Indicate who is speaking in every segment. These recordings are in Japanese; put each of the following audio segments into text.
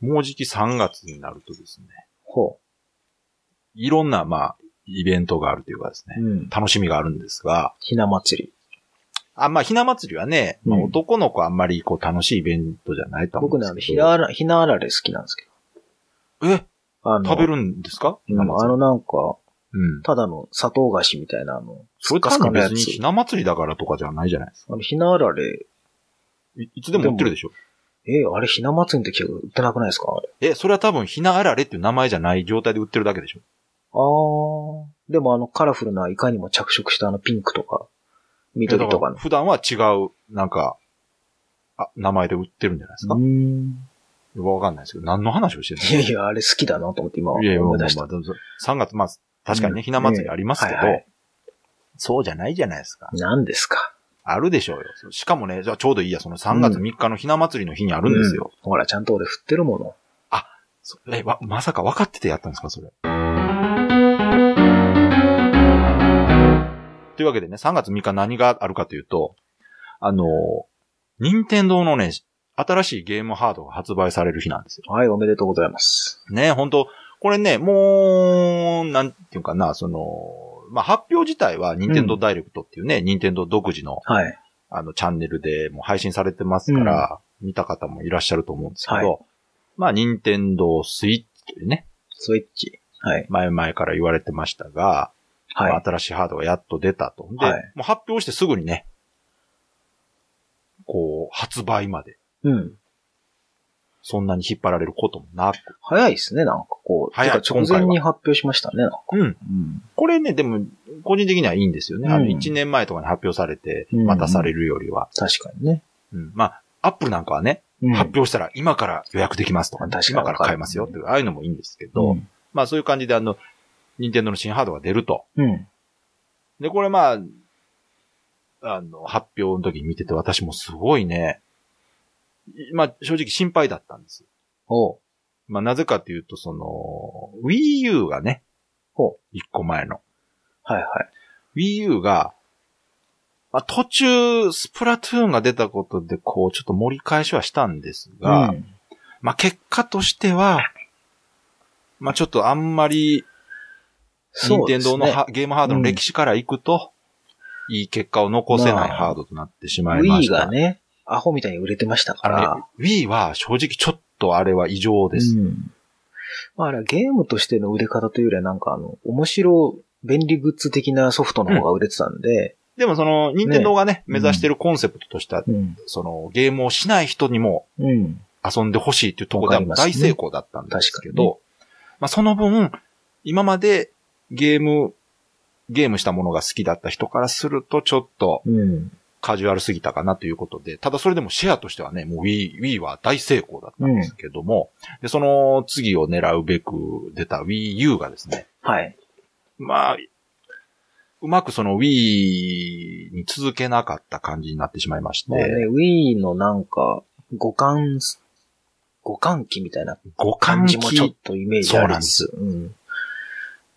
Speaker 1: もうじき3月になるとですね、
Speaker 2: ほ
Speaker 1: いろんな、まあ、イベントがあるというかです
Speaker 2: う。
Speaker 1: ね、
Speaker 2: うん。
Speaker 1: 楽しみがあるんですが、
Speaker 2: ひな祭り。
Speaker 1: あ、まあ、ひな祭りはね、まあ
Speaker 2: うん
Speaker 1: 男の子あんまりこう楽しいイベントじゃないと思う
Speaker 2: 僕
Speaker 1: んで
Speaker 2: ね、あ
Speaker 1: す
Speaker 2: の、
Speaker 1: け
Speaker 2: ひ
Speaker 1: ど。
Speaker 2: なあら、ひなあられ好きなんですけ
Speaker 1: え、
Speaker 2: ど。あの、
Speaker 1: 食べるんですか
Speaker 2: うんあの、なんか、
Speaker 1: うん。
Speaker 2: ただの砂糖菓子みたいな、あの、
Speaker 1: それ
Speaker 2: スカ
Speaker 1: 多
Speaker 2: スカ
Speaker 1: 分
Speaker 2: のや
Speaker 1: 別
Speaker 2: つ
Speaker 1: にひな祭りだからとかじゃないじゃないです
Speaker 2: あの、ひなあられ、
Speaker 1: か。いいつでも売ってるでしょ。
Speaker 2: え、あれ、ひな祭りの時は売ってなくないですかあれ。
Speaker 1: え、それは多分ひなあられっていう名前じゃない状態で売ってるだけでしょ。
Speaker 2: あー。でもあの、カラフルな、いかにも着色したあの、ピンクとか、緑とか
Speaker 1: いやだら
Speaker 2: の。
Speaker 1: 普段は違う、なんか、あ、名前で売ってるんじゃないですか
Speaker 2: う。ん。
Speaker 1: よくわかんないですけど、何の話をしてるんです
Speaker 2: い
Speaker 1: か
Speaker 2: やいや、あれ好きだなと思って今
Speaker 1: いやいや、ま
Speaker 2: 思
Speaker 1: あ
Speaker 2: い
Speaker 1: まあ
Speaker 2: 出した。
Speaker 1: どうぞ3月、まあ、確かに
Speaker 2: う
Speaker 1: ね、
Speaker 2: ん
Speaker 1: ひな祭りありますけど
Speaker 2: ええはいは、
Speaker 1: そうじゃないじゃないですか。
Speaker 2: 何ですか
Speaker 1: あるでしょうよ。しかもね、じゃあちょうどいいや、その3月3日のひな祭りの日にあるんですよ。
Speaker 2: ほら、ちゃんと俺振ってるもの。
Speaker 1: そえ、わ、まさか分かっててやったんですか、それ。というわけでね、3月3日何があるかというと、あの、任天堂のね、新しいゲームハードが発売される日なんですよ。
Speaker 2: はい、おめでとうございます。
Speaker 1: ね、本当これね、もう、なんていうかな、その、まあ、発表自体は、任天堂ダイレクトっていうね、任天堂独自の、
Speaker 2: はい。
Speaker 1: あの、チャンネルでもう配信されてますから、見た方もいらっしゃると思うんですけど、
Speaker 2: は
Speaker 1: まあ、任天堂スイッチというね、
Speaker 2: スイッチ。はい。
Speaker 1: 前々から言われてましたが、ま
Speaker 2: は
Speaker 1: あ新しいハードがやっと出たと。で、
Speaker 2: はい
Speaker 1: もう発表してすぐにね、こう、発売まで、
Speaker 2: い。うん。
Speaker 1: そんなに引っ張られることもなく。
Speaker 2: 早いですね、なんかこう。
Speaker 1: 早い
Speaker 2: てか直前に発表しましたね、なんか。
Speaker 1: うん。
Speaker 2: うん。
Speaker 1: これね、でも、個人的にはいいんですよね。あ
Speaker 2: う
Speaker 1: の、
Speaker 2: ん
Speaker 1: 1年前とかに発表されて、
Speaker 2: うん
Speaker 1: またされるよりは。
Speaker 2: 確かにね。
Speaker 1: うんまあ、アップルなんかはね、
Speaker 2: うん
Speaker 1: 発表したら今から予約できますとか、
Speaker 2: 確かに
Speaker 1: 今から買えますよっていう、ああいうのもいいんですけど、
Speaker 2: うん
Speaker 1: まあそういう感じであの、任天堂の新ハードが出ると。
Speaker 2: うん。
Speaker 1: で、これまあ、あの、発表の時に見てて私もすごいね、いまあ正直心配だったんです。
Speaker 2: おう。
Speaker 1: まあなぜかというと、その、Wii U がね、
Speaker 2: ほ
Speaker 1: 一個前の。
Speaker 2: はいはい。
Speaker 1: Wii U が、まあ途中、スプラトゥーンが出たことで、こう、ちょっと盛り返しはしたんですが、
Speaker 2: うん
Speaker 1: まあ結果としては、まあちょっとあんまり、任
Speaker 2: そうで
Speaker 1: 天
Speaker 2: すね
Speaker 1: 堂のは、ゲームハードの歴史からいくと、いい結果を残せないハードとなってしまいま
Speaker 2: Wii
Speaker 1: した。
Speaker 2: がね、アホみたいに売れてましたか
Speaker 1: あ
Speaker 2: ら
Speaker 1: の。ね Wii は正直ちょっとあれは異常です。
Speaker 2: うん。まあ、あれはゲームとしての売れ方というよりは、なんかあの、面白、便利グッズ的なソフトの方が売れてたんで、
Speaker 1: でもその、任天堂がね、
Speaker 2: うん
Speaker 1: 目指してるコンセプトとしては、
Speaker 2: うん。
Speaker 1: その、ゲームをしない人にも
Speaker 2: うん。
Speaker 1: 遊んでほしいっていうところ
Speaker 2: わ
Speaker 1: で
Speaker 2: か
Speaker 1: は
Speaker 2: りますね
Speaker 1: 大成功だったんですけ
Speaker 2: 確かにね
Speaker 1: ど、まあその分、今までゲーム、ゲームしたものが好きだった人からすると、ちょっと
Speaker 2: うん。
Speaker 1: カジュアルすぎたかなということで、ただそれでもシェアとしてはね、もう Wii、Wii は大成功だったんですけども、で、その次を狙うべく出た Wii U がですね、
Speaker 2: はい。
Speaker 1: まあ、うまくその Wii に続けなかった感じになってしまいまし
Speaker 2: まあ
Speaker 1: て、
Speaker 2: ね、Wii のなんか、互換、互換機みたいな
Speaker 1: 五
Speaker 2: 感
Speaker 1: 感
Speaker 2: じもちょっ
Speaker 1: 機
Speaker 2: とイメージありつつ。うん。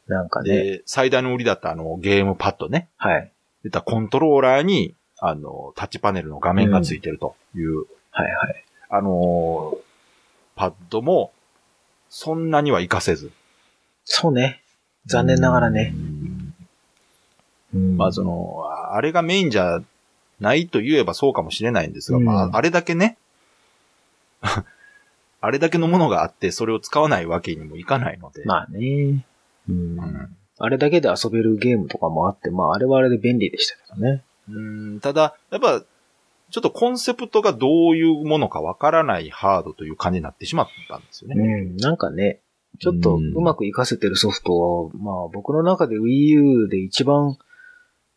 Speaker 2: なんかね、
Speaker 1: で、最大の売りだったあのゲームパッドね、
Speaker 2: はい。
Speaker 1: 出たコントローラーに、あの、タッチパネルの画面がついてるという、
Speaker 2: はいはい。
Speaker 1: あの、パッドも、そんなには活かせず。
Speaker 2: そうね。残念ながらね。うん
Speaker 1: まあその、あれがメインじゃないと言えばそうかもしれないんですが、
Speaker 2: うん
Speaker 1: まああれだけね、 あれだけのものがあってそれを使わないわけにもいかないので、
Speaker 2: まあね。うん
Speaker 1: うん
Speaker 2: あれだけで遊べるゲームとかもあって、まああれはあれで便利でしたけどね。
Speaker 1: うんただ、やっぱ、ちょっとコンセプトがどういうものかわからないハードという感じになってしまったんですよね。
Speaker 2: うん、なんかね、ちょっと
Speaker 1: う
Speaker 2: うんまく活かせてるソフトは、まあ僕の中で Wii U で一番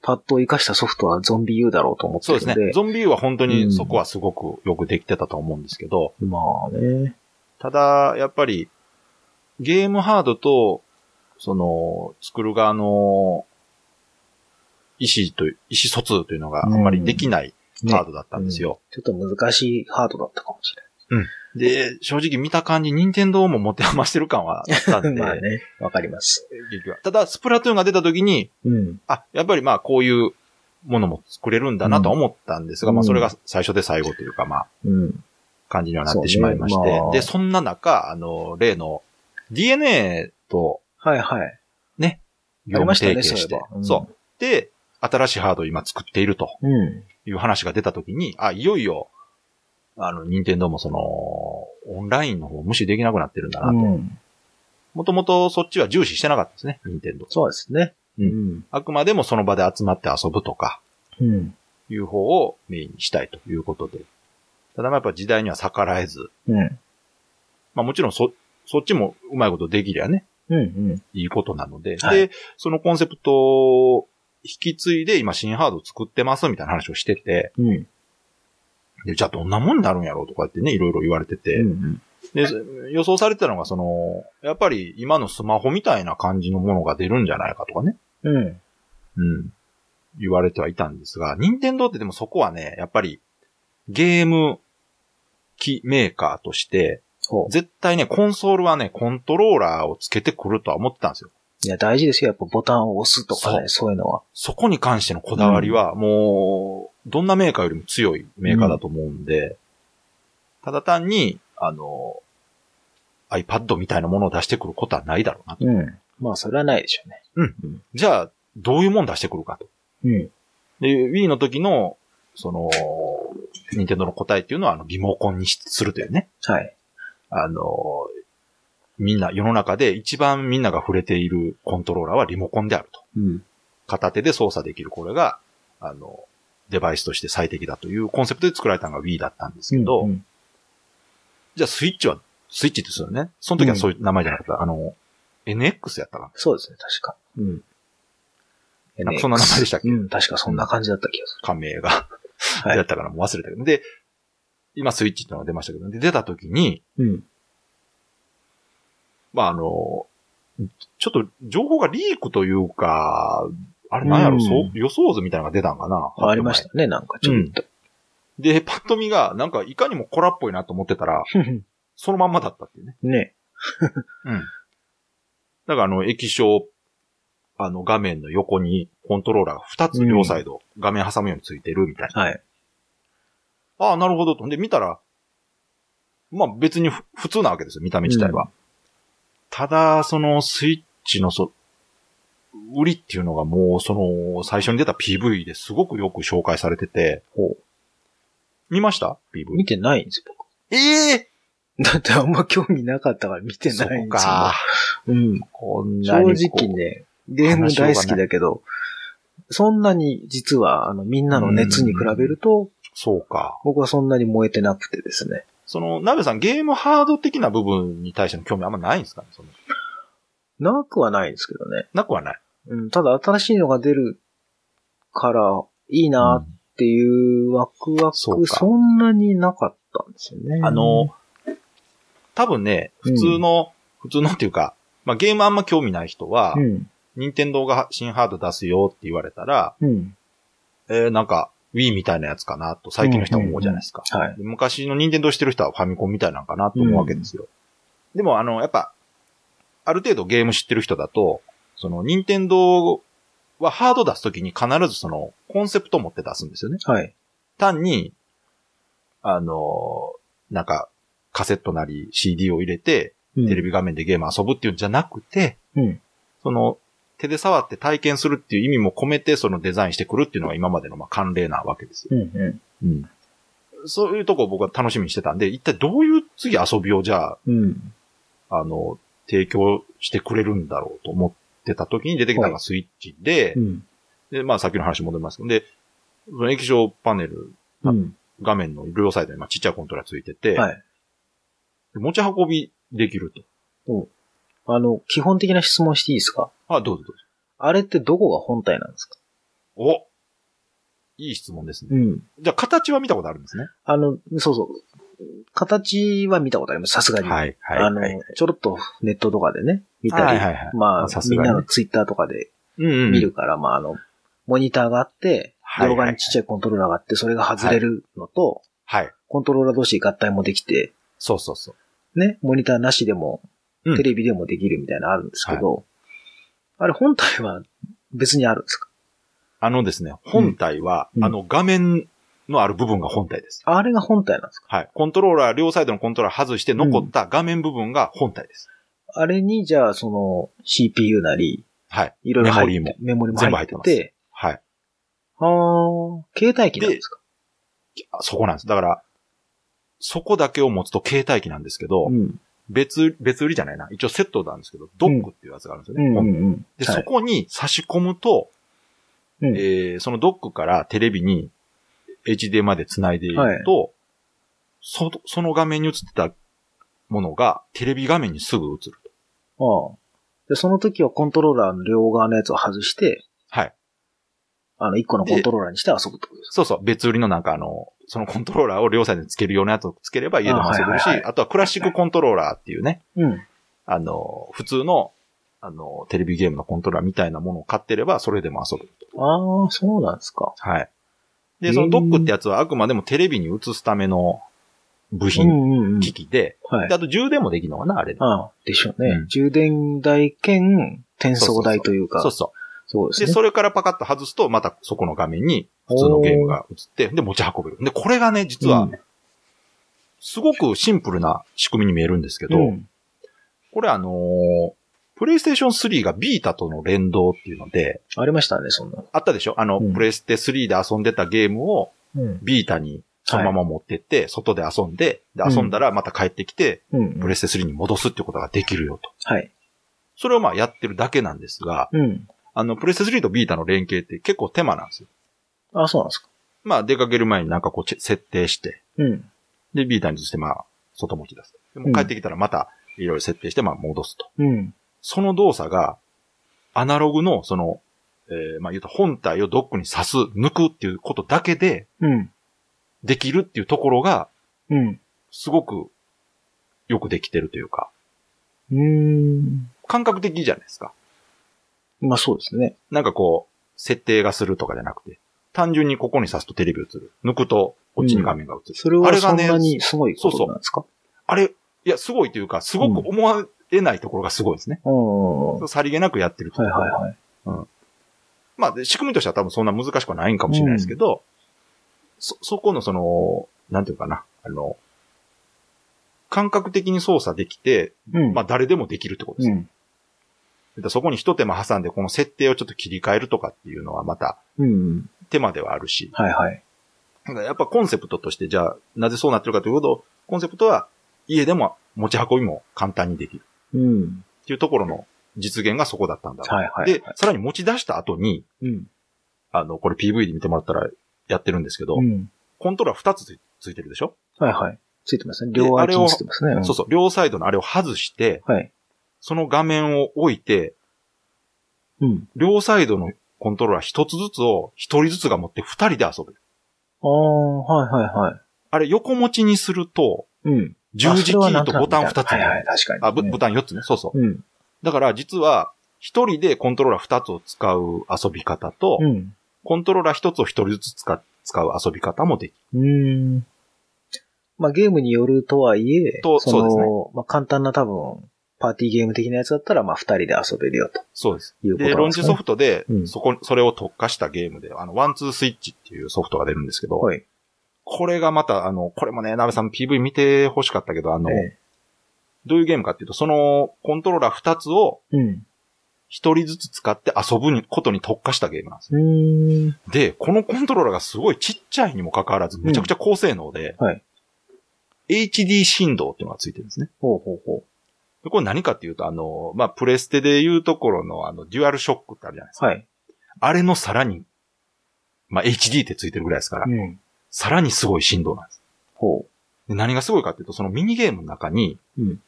Speaker 2: パッドを活かしたソフトはゾンビ U だろうと思って
Speaker 1: そう
Speaker 2: る
Speaker 1: で
Speaker 2: ん
Speaker 1: す
Speaker 2: で。
Speaker 1: ね。ゾンビは本当にそこはすごくよくできてたと思うんですけど、
Speaker 2: まあね。
Speaker 1: ただ、やっぱり、ゲームハードと、その、作る側の、意思と、意思疎通というのがあんまりできない
Speaker 2: ね
Speaker 1: ハードだったんですよ。
Speaker 2: ちょっと難しいハードだったかもし
Speaker 1: で、正直見た感じ、任天堂も持て余してる感はあったん
Speaker 2: れ
Speaker 1: で、
Speaker 2: ない。 まあね、わかります。
Speaker 1: 結局はただ、スプラトゥーンが出た時に、
Speaker 2: うん。
Speaker 1: あ、やっぱりまあ、こういうものも作れるんだなとは思ったんですが、
Speaker 2: うん
Speaker 1: まあ、それが最初で最後というか、まあ、
Speaker 2: うん。
Speaker 1: 感じにはなってしまいまして、
Speaker 2: そうねまあ
Speaker 1: で、そんな中、あの、例の DNA と
Speaker 2: はいはい。
Speaker 1: 業務提携
Speaker 2: ありま
Speaker 1: し
Speaker 2: した
Speaker 1: て
Speaker 2: ね、そういえばうん
Speaker 1: そう。で、新しいハードを今作っていると
Speaker 2: うん。
Speaker 1: いう話が出たときに、あ、いよいよ、あの、任天堂もその、オンラインの方無視できなくなってるんだなと。
Speaker 2: うん。
Speaker 1: もともとそっちは重視してなかったですね、任天堂。
Speaker 2: そうですね。。
Speaker 1: うんあくまでもその場で集まって遊ぶとか、
Speaker 2: うん。
Speaker 1: いう方をメインにしたいということで。ただまあやっぱ時代には逆らえず、
Speaker 2: うん。
Speaker 1: まあもちろんそ、そっちもうまいことできりゃね、
Speaker 2: うん。うん。
Speaker 1: いいことなので、
Speaker 2: はい
Speaker 1: で、そのコンセプトを引き継いで今新ハード作ってますみたいな話をしてて、
Speaker 2: うん。
Speaker 1: でじゃあどんなもんになるんやろうとかってね、いろいろ言われてて、
Speaker 2: うん。
Speaker 1: で、予想されてたのがその、やっぱり今のスマホみたいな感じのものが出るんじゃないかとかね、
Speaker 2: うん。
Speaker 1: うん、言われてはいたんですが、任天堂ってでもそこはね、やっぱりゲーム機メーカーとして、
Speaker 2: そ
Speaker 1: 絶対ね、コンソールはね、コントローラーをつけてくるとは思ってたんですよ。
Speaker 2: う。いや、大事ですよ。やっぱボタンを押すとかね、そういうのは。
Speaker 1: そこに関してのこだわりは、もう、どんなメーカーよりも強いメーカーだと思うんで、ただ単に、あの、iPad みたいなものを出してくることはないだろうなと。
Speaker 2: うん。まあ、それはないでしょ
Speaker 1: じゃあ、どういうもん出してくるかと。
Speaker 2: うね。
Speaker 1: で、Wii の時の、その、任天堂の答えっていうのは、あの、リモコンにしするというね。
Speaker 2: うん。はい。
Speaker 1: あの、みんな、世の中で一番みんなが触れているコントローラーはリモコンであると。
Speaker 2: うん。
Speaker 1: 片手で操作できる。これが、あの、デバイスとして最適だというコンセプトで作られたのが Wii だったんですけど、
Speaker 2: うん
Speaker 1: じゃあスイッチは、スイッチですよね。その時はそういう名前じゃなかった。あの、NX やったか
Speaker 2: そうですね、確か。うん。
Speaker 1: なんかそんな名前でしたっけ
Speaker 2: うん、確かそんな感じだった気がす
Speaker 1: な仮名が。
Speaker 2: はい
Speaker 1: やったからもう忘れたけど。で、今スイッチってのが出ましたけど、で出た時に、
Speaker 2: る。うん。
Speaker 1: まああの、ちょっと情報がリークというか、あれなんやろ、
Speaker 2: うん
Speaker 1: そう予想図みたいなのが出たんかな
Speaker 2: ありまし。たね、なんかちょっと。
Speaker 1: で、パッと見が、なんかいかにもコラっぽいなと思ってたら、そのまんまだったっていうね。
Speaker 2: ね。
Speaker 1: うん。だからあの、液晶、あの、画面の横にコントローラーが2つ両サイド、画面挟むようについてるみたいな。
Speaker 2: はい。
Speaker 1: ああ、なるほどと。で、見たら、まあ別にふ普通なわけですよ、見た目自体は。ただ、そのスイッチのそ、売りっていうのがもう、その、最初に出た PV ですごくよく紹介されてて、
Speaker 2: ほ
Speaker 1: 見ました ?PV
Speaker 2: う。。見てないんですよ、僕。
Speaker 1: ええ
Speaker 2: だってあんま興味なかったから見て
Speaker 1: そ
Speaker 2: ない
Speaker 1: こ
Speaker 2: んですよ。
Speaker 1: か。
Speaker 2: うん。
Speaker 1: こん
Speaker 2: 正
Speaker 1: なにこう
Speaker 2: 直ね、ゲーム大好きだけど、そんなに実は、あの、みんなの熱に比べると、
Speaker 1: そうか。
Speaker 2: 僕はそんなに燃えてなくてですね。
Speaker 1: その、なべさん、ゲームハード的な部分に対しての興味あんまないんですかねその
Speaker 2: なくはないんですけどね。
Speaker 1: なくはない。
Speaker 2: うん、ただ新しいのが出るから、いいなっていうワクワク、
Speaker 1: そうか
Speaker 2: そんなになかったんですよね。
Speaker 1: あの、多分ね、普通の、普通のっていうか、まあ、ゲームあんま興味ない人は
Speaker 2: う、ん、
Speaker 1: 任天堂が新ハード出すよって言われたら、
Speaker 2: うん、
Speaker 1: えー、なんか、Wii みたいなやつかなと、最近の人は思うじゃないですか。
Speaker 2: はい。
Speaker 1: で昔の任天堂してる人はファミコンみたいなんかなと思うわけですよ。でも、あの、やっぱ、ある程度ゲーム知ってる人だと、その、任天堂はハード出すときに必ずその、コンセプトを持って出すんですよね。
Speaker 2: はい。
Speaker 1: 単に、あの、なんか、カセットなり CD を入れて、
Speaker 2: テ
Speaker 1: テレビ画面でゲーム遊ぶっていうんじゃなくて、
Speaker 2: うん
Speaker 1: その、手で触って体験するっていう意味も込めて、そのデザインしてくるっていうのが今までのまあ慣例なわけですよ。
Speaker 2: うん、う
Speaker 1: うん。そういうとこを僕は楽しみにしてたんで、一体どういう次遊びをじゃあ、
Speaker 2: ん、うん。
Speaker 1: あの、提供してくれるんだろうと思ってた時に出てきたのがスイッチで、
Speaker 2: うん、
Speaker 1: で、まあさっきの話戻りますけど、で、その液晶パネル
Speaker 2: うん。
Speaker 1: 画面の両サイドにまあちっちゃいコントローラーついてて、
Speaker 2: はい。
Speaker 1: 持ち運びできると。
Speaker 2: あの、基本的な質問していいですか
Speaker 1: あ、どうぞどうぞ。
Speaker 2: あれってどこが本体なんですか
Speaker 1: おいい質問ですね。
Speaker 2: ん。
Speaker 1: じゃあ、形は見たことあるんですね。
Speaker 2: あの、そうそう。形は見たことあります、さすがに。
Speaker 1: はい、はい。
Speaker 2: あの
Speaker 1: はい、、
Speaker 2: ちょろっとネットとかでね、見たり。
Speaker 1: はい、はい。ま
Speaker 2: ま
Speaker 1: あ
Speaker 2: あ
Speaker 1: さ、すが
Speaker 2: みん
Speaker 1: に
Speaker 2: なのツイッターとかで
Speaker 1: うんうん。
Speaker 2: 見る。から、まあ、あの、モニターがあって、
Speaker 1: はい
Speaker 2: 両側にちっちゃいコントローラーがあって、それが外れるのと、
Speaker 1: はい。
Speaker 2: コントローラー同士合体もできて、
Speaker 1: そうそうそう。
Speaker 2: ね、モニターなしでも
Speaker 1: う、ん
Speaker 2: テレビでもできるみたいなのあるんですけど、あれ本体は別にあるんですか
Speaker 1: あのですね、本体は、
Speaker 2: うん
Speaker 1: あの、画面のある部分が本体です。
Speaker 2: あれが本体なんですか
Speaker 1: はい。コントローラー、両サイドのコントローラー外して残った画面部分が本体です。
Speaker 2: あれに、じゃあ、その、CPU なり、
Speaker 1: はい。
Speaker 2: いろいろ入って、
Speaker 1: メ
Speaker 2: メモリも入
Speaker 1: 全
Speaker 2: って
Speaker 1: 部入って
Speaker 2: て、
Speaker 1: はい。
Speaker 2: あー、携帯機なんですか
Speaker 1: あそこなんです。だから、そこだけを持つと携帯機なんですけど、
Speaker 2: うん。
Speaker 1: 別、別売りじゃないな。一応セットなんですけど、ドックっていうやつがあるんですよ
Speaker 2: う
Speaker 1: ね。
Speaker 2: んうんうん。
Speaker 1: で、
Speaker 2: はい
Speaker 1: そこに差し込むと、
Speaker 2: うん
Speaker 1: えーそのドックからテレビに HDMI で繋いでいると、そその画面に映ってたものがテレビ画面にすぐ映ると。
Speaker 2: ああ。で、その時はコントローラーの両側のやつを外して、
Speaker 1: はい。
Speaker 2: あの、一個のコントローラーにして遊ぶってことです
Speaker 1: そうそう。別売りのなんかあの、そのコントローラーを両サイドにつけるようなやつをつければ家でも遊べるし、あ,、
Speaker 2: あはいはい
Speaker 1: とはクラシックコントローラーっていうね、
Speaker 2: かうん。
Speaker 1: あの、普通の、あの、テレビゲームのコントローラーみたいなものを買ってれば、それでも遊ぶ。
Speaker 2: ああ、そうなんですか。
Speaker 1: はい。
Speaker 2: へ
Speaker 1: で、
Speaker 2: ー
Speaker 1: そのドックってやつはあくまでもテレビに映すための部
Speaker 2: う
Speaker 1: 品、
Speaker 2: んうんうん。
Speaker 1: 機器で、
Speaker 2: はい
Speaker 1: で。あと充電もできるのかな、あれで。
Speaker 2: ああ、でしょうね。
Speaker 1: うん
Speaker 2: 充電台兼転送台というか、
Speaker 1: そうそ
Speaker 2: そう
Speaker 1: う。
Speaker 2: で
Speaker 1: で、
Speaker 2: すね。
Speaker 1: それからパカッと外すと、またそこの画面に普通のゲームが映って、で、持ち運べる。で、これがね、実
Speaker 2: う
Speaker 1: は
Speaker 2: ん、
Speaker 1: すごくシンプルな仕組みに見えるんですけど、
Speaker 2: うん
Speaker 1: これあのー、プレイステーション3がビータとの連動っていうので、
Speaker 2: ありましたね、そんな。
Speaker 1: あったでしょあの、
Speaker 2: うん
Speaker 1: プレステ3で遊んでたゲームを
Speaker 2: うん。
Speaker 1: ビータにそのまま持ってって、外で遊んで、で、遊んだらまた帰ってきて、
Speaker 2: うん。
Speaker 1: プレステ3に戻すってことができるよと。
Speaker 2: はい。
Speaker 1: それをまあやってるだけなんですが、
Speaker 2: うん。
Speaker 1: あの、プレステ3とビータの連携って結構手間なんですよ。
Speaker 2: あそうなんですか。
Speaker 1: まあ出かける前になんかこうチェ設定して、
Speaker 2: うん。
Speaker 1: で、ビータにしてまあ、外持ち出す。でも帰ってきたらまたいろいろ設定してまあ戻すと。
Speaker 2: うん。
Speaker 1: その動作が、アナログの、その、えーまあ言うと本体をドックに刺す、抜くっていうことだけで
Speaker 2: うん。
Speaker 1: できるっていうところが、
Speaker 2: うん。
Speaker 1: すごくよくできてるというか、
Speaker 2: うーん。
Speaker 1: 感覚的じゃないですか。
Speaker 2: まあそうですね。
Speaker 1: なんかこう、設定がするとかじゃなくて、単純にここに刺すとテレビ映る。抜くと、こっちに画面が映る。
Speaker 2: それ
Speaker 1: あ
Speaker 2: は
Speaker 1: れ
Speaker 2: そ
Speaker 1: が
Speaker 2: ん
Speaker 1: ね
Speaker 2: なにすごいことなんですか
Speaker 1: あれ、いや、すごいというか、すごく思われないところがすごいですね。
Speaker 2: うんうんうん。は
Speaker 1: さりげなくやってると
Speaker 2: い
Speaker 1: い
Speaker 2: は
Speaker 1: う
Speaker 2: い
Speaker 1: か
Speaker 2: はい。
Speaker 1: まあ、で仕組みとしては多分そんな難しくはないんかもしれないですけど、そ、そこのその、なんていうかな、あの、感覚的に操作できて、
Speaker 2: うん。
Speaker 1: まあ誰でもできるってことです
Speaker 2: う
Speaker 1: ね。
Speaker 2: ん。
Speaker 1: だからそこに一手間挟んで、この設定をちょっと切り替えるとかっていうのはまた
Speaker 2: うんうん。
Speaker 1: 手間ではあるし、
Speaker 2: はいはい。
Speaker 1: だからやっぱコンセプトとして、じゃあなぜそうなってるかということ、コンセプトは家でも持ち運びも簡単にできる
Speaker 2: うん。
Speaker 1: っていうところの実現がそこだったんだろう。
Speaker 2: はいはい。
Speaker 1: で、さらに持ち出した後に、
Speaker 2: うん。
Speaker 1: あの、これ PV で見てもらったらやってるんですけど、
Speaker 2: うん。
Speaker 1: コントローラー2つついついてるでしょ、
Speaker 2: はいはい。ついてますね。
Speaker 1: で
Speaker 2: 両
Speaker 1: あ
Speaker 2: 脇
Speaker 1: れを
Speaker 2: についてますね。うん
Speaker 1: そうそう。両サイドのあれを外して、
Speaker 2: はい。
Speaker 1: その画面を置いて、
Speaker 2: うん。
Speaker 1: 両サイドのコントローラー一つずつを一人ずつが持って二人で遊べる。
Speaker 2: ああ、はいはいはい。
Speaker 1: あれ横持ちにすると、
Speaker 2: うん。
Speaker 1: 十字キーとボタン二つ
Speaker 2: はい
Speaker 1: にな
Speaker 2: は
Speaker 1: る。
Speaker 2: い、確か
Speaker 1: あ、
Speaker 2: に。
Speaker 1: ぶボタン四つね。そうそう。
Speaker 2: うん。
Speaker 1: だから実は、一人でコントローラー二つを使う遊び方と、
Speaker 2: うん。
Speaker 1: コントローラー一つを一人ずつ使使う遊び方もできる。
Speaker 2: うん。まあ、ゲームによるとはいえ、
Speaker 1: と
Speaker 2: その
Speaker 1: そうですね
Speaker 2: まあ、簡単な多分、パーティーゲーム的なやつだったら、まあ、二人で遊べるよと
Speaker 1: そうです。
Speaker 2: いうこと
Speaker 1: で、
Speaker 2: な
Speaker 1: ロ
Speaker 2: ん
Speaker 1: ン
Speaker 2: です
Speaker 1: チ
Speaker 2: ね。
Speaker 1: ソフトで
Speaker 2: う、ん
Speaker 1: そこ、それを特化したゲームで、あの、ワンツースイッチっていうソフトが出るんですけど、
Speaker 2: はい。
Speaker 1: これがまた、あの、これもね、鍋さん PV 見て欲しかったけど、あの、
Speaker 2: え
Speaker 1: どういうゲームかっていうと、そのコントローラー2つを
Speaker 2: えうん。
Speaker 1: 1人ずつ使って遊ぶことに特化したゲームなんですよ。
Speaker 2: うん。
Speaker 1: で、このコントローラーがすごいちっちゃいにもかかわらず、めちゃくちゃ高性能で、
Speaker 2: はい
Speaker 1: HD 振動っていうのがついてるんですね。
Speaker 2: ほうほうほ
Speaker 1: でこれ何かっていうと、あの、まあ、プレステでいうところの、あの、デュアルショックってあるじゃないです
Speaker 2: う。
Speaker 1: か。
Speaker 2: はい。
Speaker 1: あれのさらに、まあ、HD ってついてるぐらいですから、
Speaker 2: うん。
Speaker 1: さらにすごい振動なんです。
Speaker 2: ほ
Speaker 1: で何がすごいかっていうと、そのミニゲームの中に、
Speaker 2: うん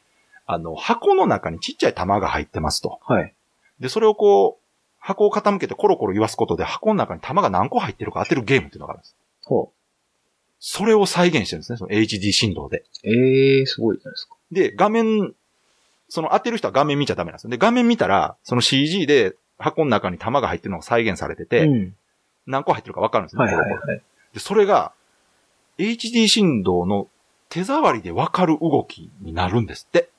Speaker 1: あの、箱の中にちっちゃい玉が入ってますと。
Speaker 2: う。はい。
Speaker 1: で、それをこう、箱を傾けてコロコロ言わすことで、箱の中に玉が何個入ってるか当てるゲームっていうのがあるんです。
Speaker 2: ほ
Speaker 1: それを再現してるんですね、その HD 振動で。
Speaker 2: う。ええすごいじゃないですか。
Speaker 1: で、画面、その当てる人は画面見ちゃダメなんですよ。で、画面見たら、その CG で箱の中に玉が入ってるのが再現されてて、
Speaker 2: うん。
Speaker 1: 何個入ってるかわかるんですね、
Speaker 2: はいはい
Speaker 1: コロコロ
Speaker 2: はい。
Speaker 1: で、それが、HD 振動の手触りでわかる動きになるんですって。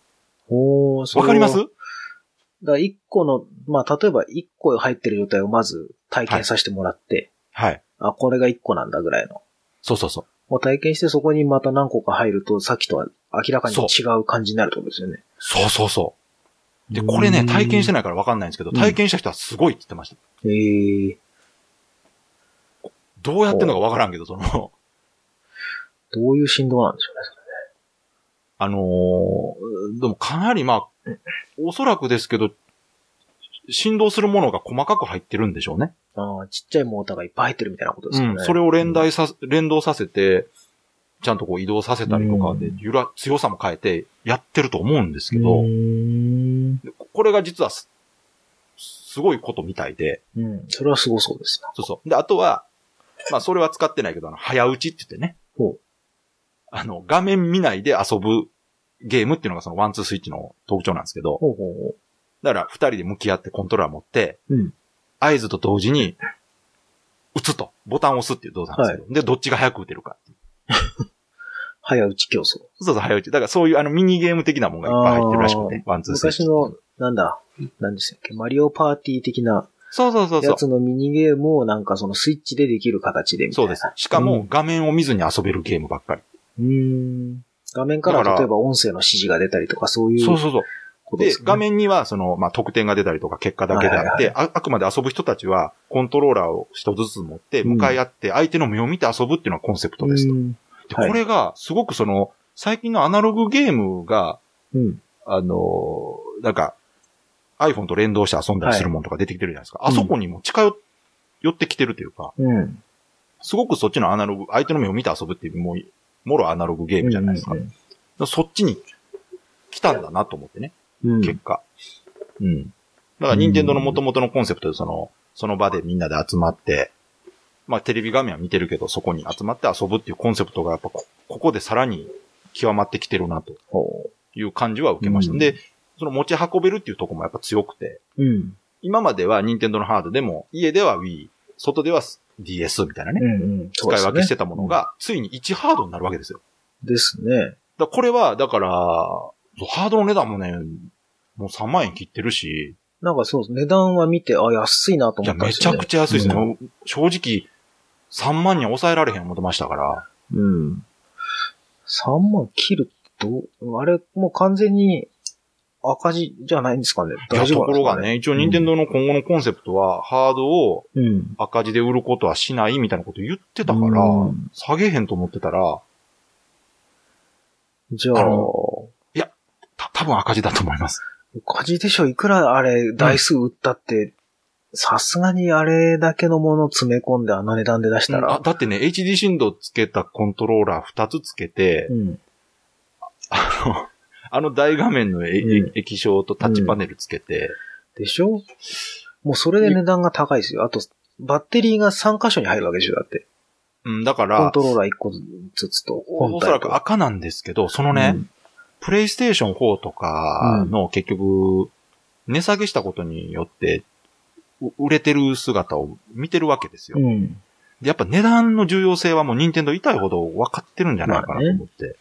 Speaker 2: おー、それ
Speaker 1: わ
Speaker 2: は
Speaker 1: かります
Speaker 2: だから一個の、まあ、例えば一個入ってる状態をまず体験させてもらって、
Speaker 1: はい。
Speaker 2: あ、これが一個なんだぐらいの。
Speaker 1: そうそうそう。
Speaker 2: を体験してそこにまた何個か入ると、さっきとは明らかに
Speaker 1: そう
Speaker 2: 違う感じになるってことですよね。
Speaker 1: そうそうそう。で、これね、体験して
Speaker 2: な
Speaker 1: ないからわかんないんですけど、
Speaker 2: うん
Speaker 1: 体験した人はすごいって言ってました。
Speaker 2: い。ええ
Speaker 1: どうやってんのかわからんけど、その、
Speaker 2: どういう振動なんでしょうね、
Speaker 1: あのーでもかなりまあ、おそらくですけど、振動するものが細かく入ってるんでしょうね。
Speaker 2: それ。ああ、ちっちゃいモーターがいっぱい入ってるみたいなことですよね。
Speaker 1: うん。それを連帯さ、連動させて、ちゃんとこう移動させたりとかで
Speaker 2: うん、
Speaker 1: 揺ら、強さも変えてやってると思うんですけ
Speaker 2: うー
Speaker 1: ど、
Speaker 2: ん。
Speaker 1: でこれが実はす、すごいことみたいで、
Speaker 2: うん。それはすごそうですな。
Speaker 1: そうそう。で、あとは、まあ、それは使ってないけど、あの、早打ちって言ってね。
Speaker 2: ほう
Speaker 1: あの、画面見ないで遊ぶゲームっていうのがそのワンツースイッチの特徴なんですけど、
Speaker 2: ほうほうほ
Speaker 1: だから二人で向き合ってコントローラー持って、
Speaker 2: うん
Speaker 1: 合図と同時に、打つと。ボタンを押すっていう動作なんですけど、で、どっちが早く打てるかっていう
Speaker 2: う。早打ち競争。
Speaker 1: そうそう、早打ち。だからそういうあのミニゲーム的なものがいっぱい入ってるらしくて、ワンツースイッチ。
Speaker 2: 昔の、なんだ、なんでしたっけ、マリオパーティー的な
Speaker 1: そうそうそうそ
Speaker 2: や
Speaker 1: う。
Speaker 2: つのミニゲームをなんかそのスイッチでできる形でみた
Speaker 1: そ
Speaker 2: いう
Speaker 1: で
Speaker 2: な。
Speaker 1: す。しか
Speaker 2: う
Speaker 1: も
Speaker 2: ん、
Speaker 1: 画面を見ずに遊べるゲームばっかり。
Speaker 2: うーん。画面から
Speaker 1: だから
Speaker 2: 例えば音声の指示が出たりとかそういう
Speaker 1: そうそうそう。
Speaker 2: ことで
Speaker 1: で、
Speaker 2: すか
Speaker 1: 画
Speaker 2: ね。
Speaker 1: 面には、その、まあ、得点が出たりとか、結果だけであ
Speaker 2: は
Speaker 1: っ
Speaker 2: い
Speaker 1: て、ああくまで遊ぶ人たちは、コントローラーを一つずつ持って、向かい合って、相手の目を見て遊ぶっていうのがコンセプトですと。
Speaker 2: うん
Speaker 1: で
Speaker 2: はい
Speaker 1: これが、すごくその、最近のアナログゲームが、
Speaker 2: うん。
Speaker 1: あのーなんか、iPhone と連動して遊んだりするものとか出てきてるじゃないですか。
Speaker 2: い
Speaker 1: あそこにも近寄寄ってきてるというか、
Speaker 2: うん。
Speaker 1: すごくそっちのアナログ、相手の目を見て遊ぶっていう、もう、もろアナログゲームじゃないですか。
Speaker 2: うん
Speaker 1: だからそっちに来たんだなと思ってね。
Speaker 2: うん
Speaker 1: 結果。うん。だから、任天堂の元々のコンセプトで、その、その場でみんなで集まって、まあ、テレビ画面は見てるけど、そこに集まって遊ぶっていうコンセプトが、やっぱこ、ここでさらに極まってきてるな、と
Speaker 2: ほ
Speaker 1: いう感じは受けました。
Speaker 2: うん
Speaker 1: で、その持ち運べるっていうところもやっぱ強くて、
Speaker 2: う。うん。
Speaker 1: 今までは任天堂のハードでも、家では Wii、外では DS みたいなね、
Speaker 2: うんうん。
Speaker 1: 使い分けしてたもの
Speaker 2: そう
Speaker 1: が、ついに1ハードになるわけですよ。
Speaker 2: ですね。です
Speaker 1: だ
Speaker 2: ね。
Speaker 1: からこれは、だから、ハードの値段もね、もう3万円切ってるし、
Speaker 2: なんかそうです。値段は見て、あ、安いなと
Speaker 1: い
Speaker 2: 思
Speaker 1: や、
Speaker 2: った
Speaker 1: め
Speaker 2: んです
Speaker 1: ちゃ
Speaker 2: よね。
Speaker 1: くちゃ安いですね。
Speaker 2: うん
Speaker 1: 正直、3万には抑えられへん思ってましたから。
Speaker 2: うん。3万切ると、あれ、もう完全に赤字じゃないんですかね。
Speaker 1: いや、
Speaker 2: 大丈
Speaker 1: と
Speaker 2: 夫
Speaker 1: ころがね、一応任天堂の今後のコンセプトは、ハードを
Speaker 2: 堂。うん。
Speaker 1: 赤字で売ることはしないみたいなこと言ってたから
Speaker 2: うん、
Speaker 1: 下げへんと思ってたら、
Speaker 2: じゃあ
Speaker 1: あ、のた、多分赤字だと思います。
Speaker 2: 赤字でしょ、いくらあれ、台数売ったって、さすがにあれだけのもの詰め込んであの値段で出した
Speaker 1: うんあ
Speaker 2: ら、
Speaker 1: だってね、HD 振動つけたコントローラー2つつけて、
Speaker 2: うん。
Speaker 1: あの、あの大画面のえ
Speaker 2: うん
Speaker 1: 液晶とタッチパネルつけて、
Speaker 2: でしょもうそれで値段が高いですよ。あと、バッテリーが3箇所に入るわけでしょ、だって。
Speaker 1: うん、だか
Speaker 2: コン
Speaker 1: ら、
Speaker 2: トローラー1個ずつと、本
Speaker 1: おそ
Speaker 2: 体
Speaker 1: ら
Speaker 2: と。
Speaker 1: く赤なんですけど、そのね、プレイステーション4とかの結局、値下げしたことによって、う売れてる姿を見てるわけですよ。
Speaker 2: うん。
Speaker 1: で
Speaker 2: うん。
Speaker 1: やっぱ値段の重要性はもう任天堂痛いほど分かってるんじゃないかなと思って。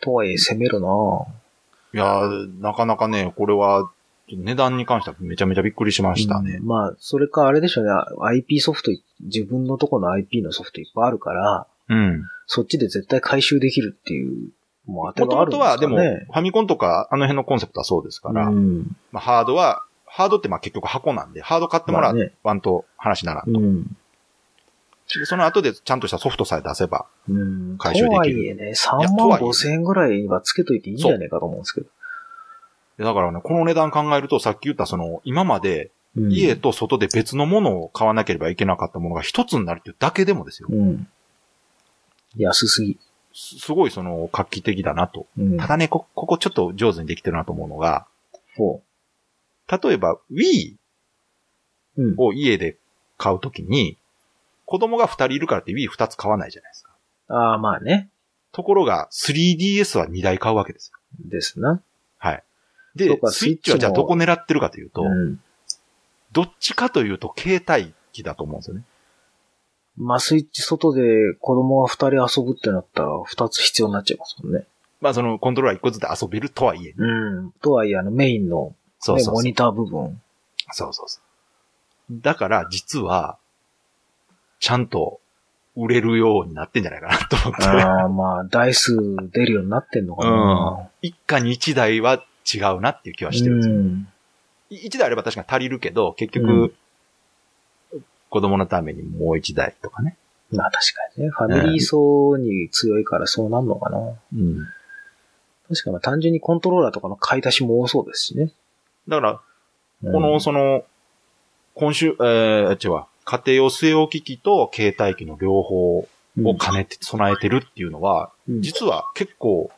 Speaker 2: とはいえ、攻めるなぁ。
Speaker 1: いやー、なかなかね、これは、値段に関してはめちゃめちゃびっくりしましたね。
Speaker 2: うんまあ、それかあれでしょうね。IP ソフト、自分のとこの IP のソフトいっぱいあるから、
Speaker 1: うん。
Speaker 2: そっちで絶対回収できるっていう、もう
Speaker 1: も
Speaker 2: 当て
Speaker 1: と
Speaker 2: があ
Speaker 1: も
Speaker 2: る
Speaker 1: と
Speaker 2: んです
Speaker 1: は、
Speaker 2: か
Speaker 1: でも、
Speaker 2: ね
Speaker 1: フ。ァミコンとか、あの辺のコンセプトはそうですから、
Speaker 2: うん。
Speaker 1: まあ、ハードは、ハードってまあ結局箱なんで、ハード買ってもら
Speaker 2: まあね
Speaker 1: わんと話ならん、
Speaker 2: うん。
Speaker 1: でその後でちゃんとしたソフトさえ出せば、
Speaker 2: うん。
Speaker 1: 回収できる
Speaker 2: とはいえね、3
Speaker 1: いや
Speaker 2: 万
Speaker 1: とはいえ
Speaker 2: 5千円ぐらいはつけといていいんじゃないかと思うんですけど。
Speaker 1: でだからね、この値段考えると、さっき言ったその、今まで
Speaker 2: うん
Speaker 1: 家。と外で別のものを買わなければいけなかったものが一つになるっていうだけでもですよ。
Speaker 2: うん。安すぎ。
Speaker 1: すすごいその、画期的だなと。
Speaker 2: うん
Speaker 1: た。だね、こ、ここちょっと上手にできてるなと思うのが、
Speaker 2: ほ
Speaker 1: 例えば Wii
Speaker 2: う。うん。
Speaker 1: を家で買うときに、子供が二人いるからって Wii 二つ買わないじゃないですか。
Speaker 2: ああ、まあね。
Speaker 1: ところが、3DS は二台買うわけですよ。
Speaker 2: ですな。
Speaker 1: はい。
Speaker 2: そ
Speaker 1: で
Speaker 2: う、か
Speaker 1: スイッチはじゃあ
Speaker 2: スイッチ
Speaker 1: ど
Speaker 2: も
Speaker 1: こ狙ってるかというと、
Speaker 2: うん。
Speaker 1: どっちかというと携帯機だと思うんですよね。
Speaker 2: まあ、スイッチ外で子供が2人遊ぶってなったら2つ必要になっちゃいますもんね。
Speaker 1: まあそのコントローラー一個ずつ遊べるとはいえね。
Speaker 2: うん。とはいえ、あの、メインの、
Speaker 1: そう
Speaker 2: ね
Speaker 1: そうそう
Speaker 2: モニター部分。
Speaker 1: そうそうそう。だから、実は、ちゃんと、売れるようになってんじゃないかなと思って。
Speaker 2: ああ、まあ、台数出るようになってんのかな。
Speaker 1: 一家に一台は違うなっていう気はしてるんですよ。
Speaker 2: ん
Speaker 1: い一台あれば確かに足りるけど、結局、子供のためにもう一台とかね。
Speaker 2: まあ確かにね、ファミリー層に強いからそうなんのかな。
Speaker 1: うん。
Speaker 2: 確かにまあ単純にコントローラーとかの買い足しも多そうですしね。
Speaker 1: だから、
Speaker 2: うん
Speaker 1: この、その、今週、えー、違うわ、家庭用据え置き機と携帯機の両方を兼ねて備えてるっていうのは、
Speaker 2: うん
Speaker 1: 実は結構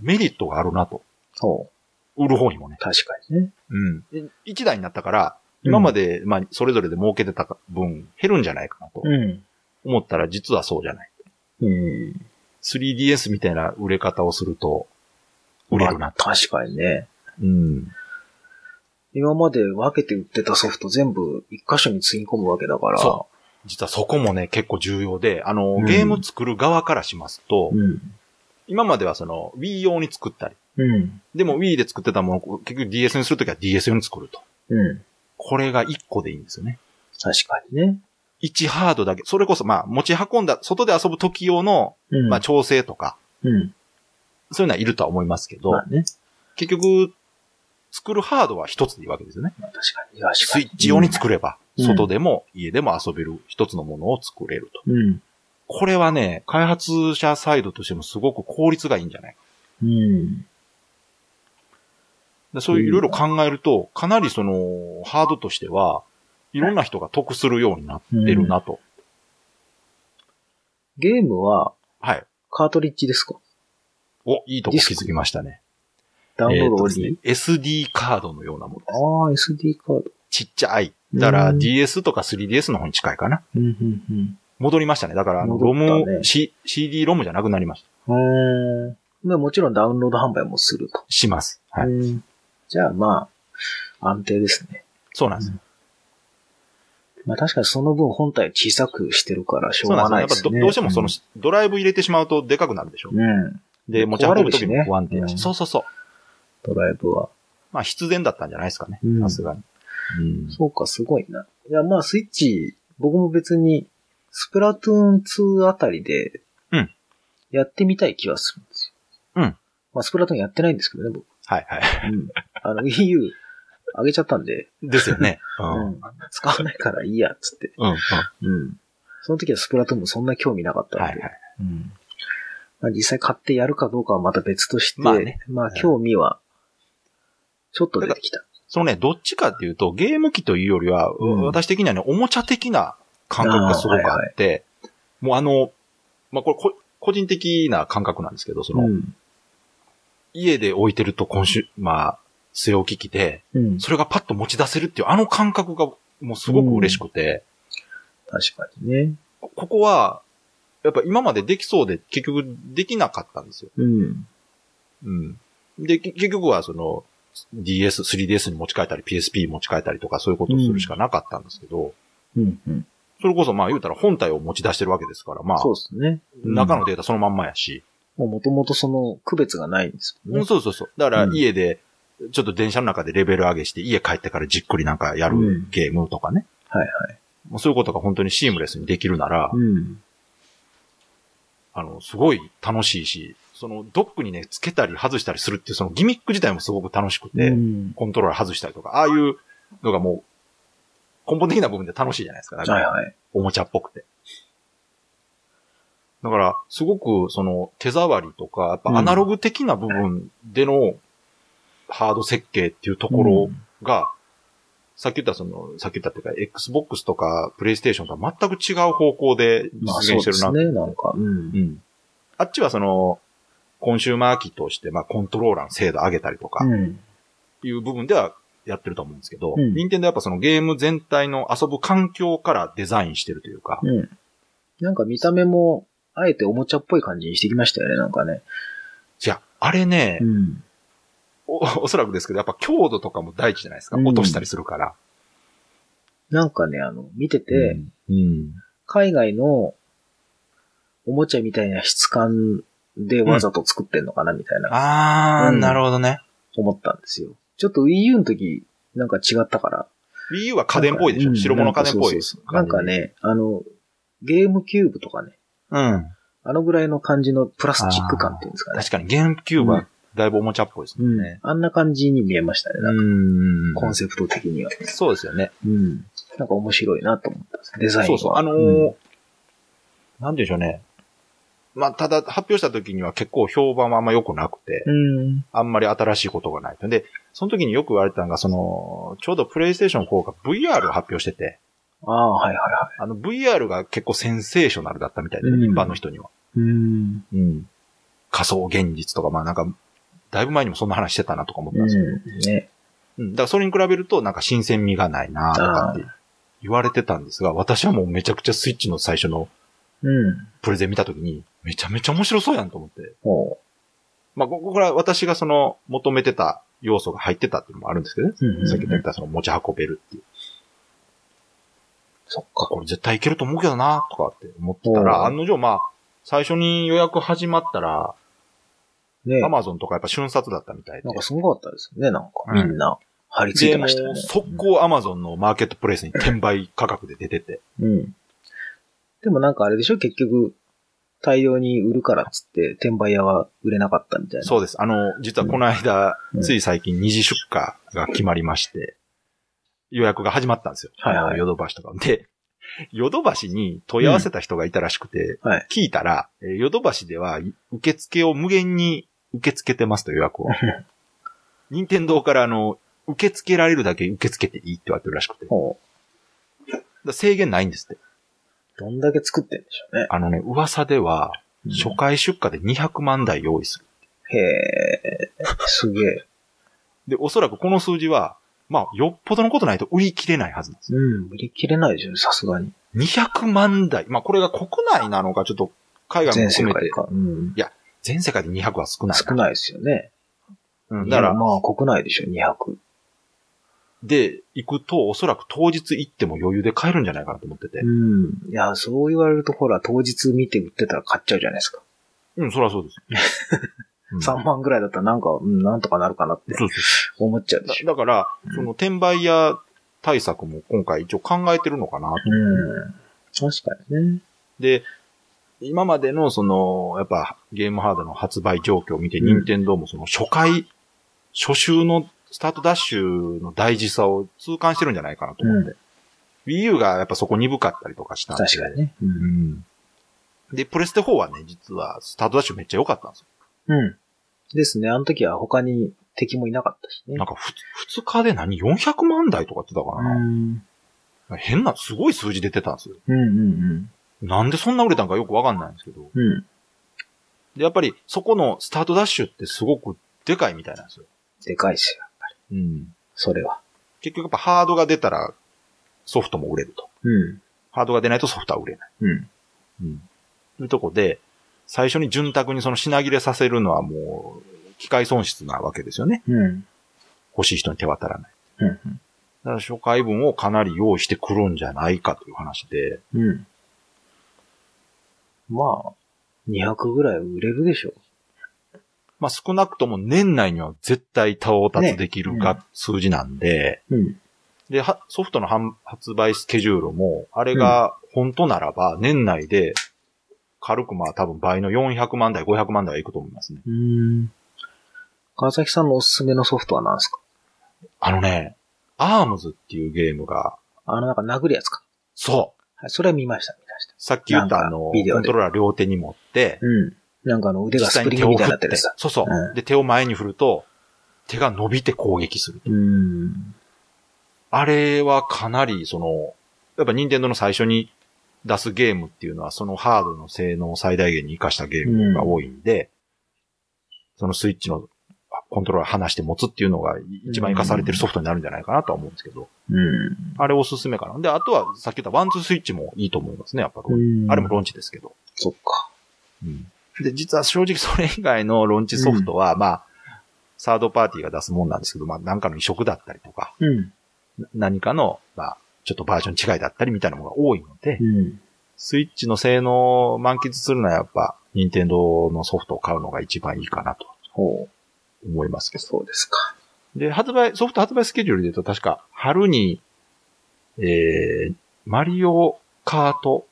Speaker 1: メリットがあるなと。
Speaker 2: そ
Speaker 1: 売る方にもね
Speaker 2: う、。確かにね。
Speaker 1: うん。一台になったから、今まで、まあ、それぞれで儲けてた分、減るんじゃないかなと
Speaker 2: うん。
Speaker 1: 思ったら、実はそうじゃない。
Speaker 2: うん。
Speaker 1: 3DS みたいな売れ方をすると、売れる
Speaker 2: まあ
Speaker 1: なと。
Speaker 2: 確かにね。
Speaker 1: うん。
Speaker 2: 今まで分けて売ってたソフト全部一箇所につぎ込むわけだから。
Speaker 1: そ実はそこもね、結構重要で、あの
Speaker 2: う、ん
Speaker 1: ゲーム作る側からしますと、
Speaker 2: うん。
Speaker 1: 今まではその、Wii 用に作ったり、
Speaker 2: うん。
Speaker 1: でも Wii で作ってたものを結局 DS にするときは DS 用に作ると。
Speaker 2: うん。
Speaker 1: これが1個でいいんですよね。
Speaker 2: 確かにね。
Speaker 1: 1ハードだけ、それこそまあ、持ち運んだ、外で遊ぶ時用の、
Speaker 2: うん。
Speaker 1: まあ、調整とか、
Speaker 2: うん。
Speaker 1: そういうのはいるとは思いますけど、
Speaker 2: まあね。
Speaker 1: 結局、作るハードは一つでいいわけですよね。
Speaker 2: まあ確かに。確かに
Speaker 1: スイッチ用に作れば、
Speaker 2: うん
Speaker 1: 外でも家でも遊べる一つのものを作れると。
Speaker 2: うん。
Speaker 1: これはね、開発者サイドとしてもすごく効率がいいんじゃない
Speaker 2: うん。
Speaker 1: でそういういろいろ考えると、かなりその、ハードとしては、いろんな人が得するようになってるなと。
Speaker 2: ゲームは
Speaker 1: はい。
Speaker 2: カートリッジですか
Speaker 1: お、いいとこ気づきましたね。
Speaker 2: ダウンロー
Speaker 1: え
Speaker 2: ド
Speaker 1: ーと
Speaker 2: オ
Speaker 1: です
Speaker 2: リ
Speaker 1: ね SD カードのようなものです。
Speaker 2: ああ、SD カード。
Speaker 1: ちっちゃい。だから
Speaker 2: うん
Speaker 1: DS とか 3DS の方に近いかな。
Speaker 2: うん、うん、
Speaker 1: 戻りましたね。だから、あの、ロ
Speaker 2: 戻ったね
Speaker 1: ム、C、CD ロムじゃなくなりました。
Speaker 2: うん。うーん。でもちろんダウンロード販売もすると。
Speaker 1: します。はい。
Speaker 2: うんじゃあまあ、安定ですね。
Speaker 1: そうなんですよ。
Speaker 2: まあ確かにその分本体小さくしてるからしょ
Speaker 1: そううな
Speaker 2: が
Speaker 1: んですよ。やっぱど
Speaker 2: ないですね。
Speaker 1: どうしてもその、ドライブ入れてしまうとでかくなるでしょ。
Speaker 2: うん、うん。
Speaker 1: で、持ち運ぶとき
Speaker 2: 壊れるしね
Speaker 1: も不安定だ
Speaker 2: う
Speaker 1: し。
Speaker 2: ん
Speaker 1: そうそうそう。
Speaker 2: ドライブは。
Speaker 1: まあ、必然だったんじゃないですかね
Speaker 2: う。ん
Speaker 1: さすがに。うん
Speaker 2: そうか、すごいな。いやまあスイッチ、僕も別に、スプラトゥーン2あたりで
Speaker 1: うん、
Speaker 2: やってみたい気はするんですよ。
Speaker 1: うん。
Speaker 2: まあスプラトゥーンやってないんですけどね、僕。
Speaker 1: はい はい。
Speaker 2: うん。あの Wii U あげちゃったんで、
Speaker 1: ですよね。う。
Speaker 2: うんん。使わないからいいや、つって。
Speaker 1: うん。うん
Speaker 2: うん。その時はスプラトゥーンもそんな興味なかったんで。
Speaker 1: はいはい。
Speaker 2: うんまあ、実際買ってやるかどうかはまた別として、ま
Speaker 1: まあ
Speaker 2: あ、
Speaker 1: ねうん
Speaker 2: 興味は、ちょっと出てきた。
Speaker 1: そのね、どっちかっていうと、ゲーム機というよりは、
Speaker 2: うん
Speaker 1: 私的にはね、おもちゃ的な感覚がすごくあって、もうあの、まあ、これこ、個人的な感覚なんですけど、その、
Speaker 2: うん。
Speaker 1: 家で置いてると今週、まあ、据え置き機で、
Speaker 2: うん。
Speaker 1: それがパッと持ち出せるっていう、あの感覚が、もうすごく嬉しくて、
Speaker 2: 確かにね。
Speaker 1: こここは、やっぱ今までできそうで、結局できなかったんですよ。
Speaker 2: うん。
Speaker 1: うん。で、け結局はその、DS、3DS に持ち替えたり、PSP 持ち替えたりとか、そういうことをするしかなかったんですけど、
Speaker 2: うん、うん。
Speaker 1: それこそまあ言うたら本体を持ち出してるわけですから、まあ、
Speaker 2: そうですね。
Speaker 1: 中のデータそのまんまやし。
Speaker 2: もうもともとその区別がないんですもん
Speaker 1: うん
Speaker 2: ね。
Speaker 1: そうそうそう。だから
Speaker 2: うん
Speaker 1: 家で、ちょっと電車の中でレベル上げして、家帰ってからじっくりなんかや
Speaker 2: う
Speaker 1: る
Speaker 2: ん
Speaker 1: ゲームとかね。
Speaker 2: はい
Speaker 1: もうそういうことが本当にシームレスにできるなら、
Speaker 2: うん。
Speaker 1: あの、すごい楽しいし、そのドックにね、つけたり外したりするっていうそのギミック自体もすごく楽しくて、
Speaker 2: うん。
Speaker 1: コントローラー外したりとか、ああいうのがもう、根本的な部分で楽しいじゃないですか。なんか
Speaker 2: はいはい。
Speaker 1: おもちゃっぽくて。だから、すごく、その、手触りとか、やっぱアナログ的な部分での、ハード設計っていうところが、さっき言ったその、さっき言ったっていうか、Xbox とか PlayStation とは全く違う方向で
Speaker 2: まあ
Speaker 1: 実
Speaker 2: そう
Speaker 1: 現してる
Speaker 2: で
Speaker 1: な。
Speaker 2: すね、なんか。うん。
Speaker 1: うん。あっちはその、コンシューマー機として、まあ、コントローラーの精度上げたりとか、
Speaker 2: うん。
Speaker 1: いう部分ではやってると思うんですけど、
Speaker 2: うん
Speaker 1: 任天堂はやっぱそのゲーム全体の遊ぶ環境からデザインしてるというか、
Speaker 2: うん。なんか見た目も、あえておもちゃっぽい感じにしてきましたよね、なんかね。
Speaker 1: じゃあ、あれね、
Speaker 2: ん。
Speaker 1: おおそらくですけど、やっぱ強度とかも大事じゃないですか。
Speaker 2: うん
Speaker 1: 落としたりするから。
Speaker 2: なんかね、あの、見てて、
Speaker 1: うん。
Speaker 2: 海外のおもちゃみたいな質感でわざと作ってんのかなみたいな、
Speaker 1: あー、
Speaker 2: うん
Speaker 1: なるほどね。
Speaker 2: 思ったんですよ。ちょっと Wii U の時、なんか違ったから。
Speaker 1: Wii U は家電っぽいでしょ。
Speaker 2: なんか
Speaker 1: 白物家電っぽい
Speaker 2: うんなんかそうそうそうなんかね、あの、ゲームキューブとかね、
Speaker 1: うん。
Speaker 2: あのぐらいの感じのプラスチック感っていうんですかね。
Speaker 1: 確かにゲームキューブはだいぶおもちゃっぽいですね。
Speaker 2: うん。あんな感じに見えましたね、なんか
Speaker 1: うん
Speaker 2: コンセプト的には。
Speaker 1: そうですよね。
Speaker 2: うん。なんか面白いなと思ったんですデザインは。
Speaker 1: そうそう。あのーな
Speaker 2: うん
Speaker 1: んて言うんでしょうね。まあ、ただ発表した時には結構評判はあんま良くなくて、
Speaker 2: うん。
Speaker 1: あんまり新しいことがないと。で、その時によく言われてたのが、その、ちょうどプレイステーション4が VR を発表してて、
Speaker 2: ああ、はいはいは
Speaker 1: あの VR が結構センセーショナルだったみたいで、
Speaker 2: うん
Speaker 1: 一般の人には。
Speaker 2: い。うん。
Speaker 1: うん。仮想現実とか、まあなんか、だいぶ前にもそんな話してたなとか思ったん
Speaker 2: う
Speaker 1: ですけど、
Speaker 2: ん。ね。
Speaker 1: うん。だからそれに比べるとなんか新鮮味がないなとかって言われてたんですが、私はもうめちゃくちゃスイッチの最初の
Speaker 2: うん。
Speaker 1: プレゼン見たときに、めちゃめちゃ面白そうやんと思って。
Speaker 2: ほ
Speaker 1: まあ、ここから私がその、求めてた要素が入ってたっていうのもあるんですけどね。
Speaker 2: う。うん。
Speaker 1: さっき言ったその、持ち運べるっていう。
Speaker 2: そっ
Speaker 1: あ
Speaker 2: か。
Speaker 1: これ絶対いけると思うけどな、とかって思ってた
Speaker 2: うん
Speaker 1: ら、案の定まあ、最初に予約始まったら、
Speaker 2: ね
Speaker 1: アマゾンとかやっぱ瞬殺だったみたいで
Speaker 2: なん。かすごかったですよね、なんか。
Speaker 1: うん
Speaker 2: みんな、張り付い
Speaker 1: で、
Speaker 2: て
Speaker 1: も
Speaker 2: ま
Speaker 1: う
Speaker 2: したよね。
Speaker 1: 速攻アマゾンのマーケットプレイスに転売価格で出てて。
Speaker 2: うん。でもなんかあれでしょ結局、大量に売るからっつって、転売屋は売れなかったみたいな。
Speaker 1: そうです。あの、実はこの間
Speaker 2: う、ん
Speaker 1: つい最近二次出荷が決まりまして、予約が始まったんですよ。
Speaker 2: はいはい
Speaker 1: あのヨドバシとか。で、ヨドバシに問い合わせた人がいたらしくて、
Speaker 2: うんはい
Speaker 1: 聞いたら、えーヨドバシでは受付を無限に受け付けてますと予 約を。任天堂からあの、受け付けられるだけ受け付けていいって言われてるらしくて。だか
Speaker 2: ほ
Speaker 1: ら制限ないんですって。
Speaker 2: う。どんだけ作ってんでしょうね。
Speaker 1: あのね、噂では、初回出荷で200万台用意する。
Speaker 2: へえ、すげえ。
Speaker 1: で、おそらくこの数字は、まあ、よっぽどのことないと売り切れないはずなんです。
Speaker 2: うん、売り切れないでしょね、さすがに。
Speaker 1: 200万台。まあ、これが国内なのか、ちょっと、海外も
Speaker 2: 全世
Speaker 1: 含め
Speaker 2: 界
Speaker 1: て、
Speaker 2: か。うん。
Speaker 1: 全世界で200は少ない。
Speaker 2: 少ないですよね。
Speaker 1: うん、だから、
Speaker 2: まあ、国内でしょ、200。
Speaker 1: で、行くと、おそらく当日行っても余裕で買えるんじゃないかなと思ってて。
Speaker 2: うん。いや、そう言われると、ほら、当日見て売ってたら買っちゃうじゃないですか。
Speaker 1: うん、そりゃそうです。 うん
Speaker 2: 3万ぐらいだったらなんか、うん、なんとかなるかなって
Speaker 1: そうそ
Speaker 2: 思っちゃう
Speaker 1: う
Speaker 2: でしょ。
Speaker 1: だだから、その、転売屋対策も今回一応考えてるのかなと。
Speaker 2: うん。確かにね。
Speaker 1: で、今までの、その、やっぱ、ゲームハードの発売状況を見て、
Speaker 2: うん
Speaker 1: 任天堂もその、初回、初週のスタートダッシュの大事さを痛感してるんじゃないかなと思って。Wii U がやっぱそこ鈍かったりとかしたんで。
Speaker 2: 確かにね。う。
Speaker 1: うんん。で、プレステ4はね、実はスタートダッシュめっちゃ良かったんですよ。
Speaker 2: うん。ですね。あの時は他に敵もいなかったしね
Speaker 1: なん。かふつ、2日で何 ?400 万台とかって言ってた
Speaker 2: う
Speaker 1: かな、
Speaker 2: ん。
Speaker 1: 変な、すごい数字出てたんですよ。
Speaker 2: うんうん
Speaker 1: なんでそんな売れたんかよくわかんないんですけど。
Speaker 2: うん。うん。
Speaker 1: で、やっぱりそこのスタートダッシュってすごくでかいみたいなんですよ。
Speaker 2: でかいっすよ。
Speaker 1: うん。
Speaker 2: それは。
Speaker 1: 結局やっぱハードが出たらソフトも売れると。
Speaker 2: うん。
Speaker 1: ハードが出ないとソフトは売れない。
Speaker 2: うん。
Speaker 1: うん。というとこで、最初に潤沢にその品切れさせるのはもう、機械損失なわけですよね。
Speaker 2: うん。
Speaker 1: 欲しい人に手渡らない。
Speaker 2: うん
Speaker 1: だから初回分をかなり用意してくるんじゃないかという話で、
Speaker 2: うん。まあ、200ぐらい売れるでしょ
Speaker 1: まあ少なくとも年内には絶対到達できるが、
Speaker 2: ね
Speaker 1: 数字なんで、
Speaker 2: う。うん。
Speaker 1: で、はソフトの販発売スケジュールも、あれが本当ならば、年内で、軽くまあ多分倍の400万台、500万台はいくと思いますね。
Speaker 2: うん。川崎さんのおすすめのソフトは何ですか
Speaker 1: あのね、アームズっていうゲームが、
Speaker 2: あの、なんか殴るやつか。
Speaker 1: そう
Speaker 2: はい、それは見ました、見ました。
Speaker 1: さっき言った
Speaker 2: なんか
Speaker 1: あの、コン
Speaker 2: ビデオで
Speaker 1: トローラー両手に持って、
Speaker 2: うん。なんかあの、腕がスプリングみたいになってるやつだ。
Speaker 1: そうそう、
Speaker 2: うん
Speaker 1: で、手を前に振ると、手が伸びて攻撃する。
Speaker 2: うん。
Speaker 1: あれはかなり、その、やっぱ任天堂の最初に出すゲームっていうのは、そのハードの性能を最大限に活かしたゲームが多いんで、そのスイッチのコントローラー離して持つっていうのが一番活かされてるソフトになるんじゃないかなとは思うんですけど、
Speaker 2: うん。
Speaker 1: あれおすすめかな。で、あとはさっき言ったワンツースイッチもいいと思いますね、やっぱ。
Speaker 2: うん
Speaker 1: あれもローンチですけど。
Speaker 2: そっか。
Speaker 1: で、実は正直それ以外のローンチソフトは、まあ、サードパーティーが出すもんなんですけど、まあ、なんかの移植だったりとか、
Speaker 2: うん。
Speaker 1: 何かの、まあ、ちょっとバージョン違いだったりみたいなのが多いので、
Speaker 2: うん。
Speaker 1: スイッチの性能を満喫するのはやっぱ、任天堂のソフトを買うのが一番いいかなと
Speaker 2: ほ
Speaker 1: 思いますけ
Speaker 2: う。そうですか。
Speaker 1: ど。で、発売、ソフト発売スケジュールで言うと確か、春に、えー、マリオカート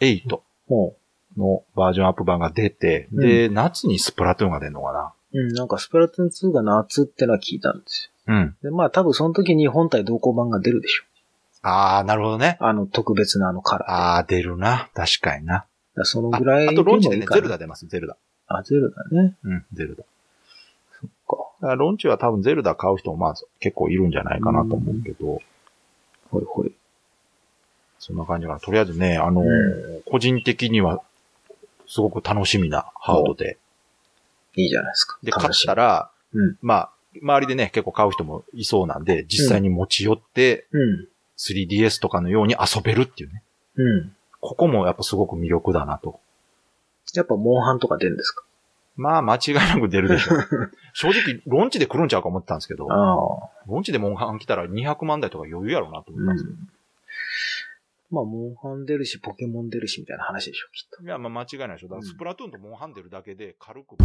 Speaker 1: 8
Speaker 2: も
Speaker 1: のバージョンアップ版が出て、で、夏にスプラトゥーンが出るのか
Speaker 2: う、うん、なんかスプラトゥーン2が夏ってのは聞いたんです
Speaker 1: なうん。
Speaker 2: よ。で、まあ多分その時に本体同行版が出るでしょ。
Speaker 1: あー、なるほどね。
Speaker 2: あの特別なあのカラー。だか
Speaker 1: あー、出るな。確かにな。
Speaker 2: らその
Speaker 1: あ
Speaker 2: ぐらい
Speaker 1: あとローンチで
Speaker 2: もい
Speaker 1: ね
Speaker 2: い、かな
Speaker 1: ゼルダ出ます、ゼルダ。
Speaker 2: あ、ゼルダね。
Speaker 1: うん、ゼルダ。
Speaker 2: そっ
Speaker 1: だからローンチは多分ゼルダ買う人もまあ結構いるんじゃないかなと思うけど、
Speaker 2: か。ほいほい。
Speaker 1: そんな感じかな。とりあえずね、あのー
Speaker 2: う
Speaker 1: 個人的には、すごく楽しみなハードで。
Speaker 2: いいじゃないですか。
Speaker 1: で、買
Speaker 2: 楽
Speaker 1: っ
Speaker 2: しみ
Speaker 1: たら、
Speaker 2: うん
Speaker 1: まあ、周りでね、結構買う人もいそうなんで、実際に持ち寄って、
Speaker 2: うん。
Speaker 1: 3DS とかのように遊べるっていうね。
Speaker 2: うん。
Speaker 1: ここもやっぱすごく魅力だなと。
Speaker 2: やっぱモンハンとか出るんですか
Speaker 1: まあ、間違いなく出るでしょう。 正直、ローンチで来るんちゃうか思ってたんですけど、ロ
Speaker 2: ああ。
Speaker 1: ーンチでモンハン来たら200万台とか余裕やろうなと思ったんですよ。
Speaker 2: まあ、モンハン出るし、ポケモン出るし、みたいな話でしょ、きっと。
Speaker 1: いや、まあ間違いないでしょ。だか
Speaker 2: う
Speaker 1: ら
Speaker 2: ん
Speaker 1: スプラトゥーンとモンハン出るだけで軽く。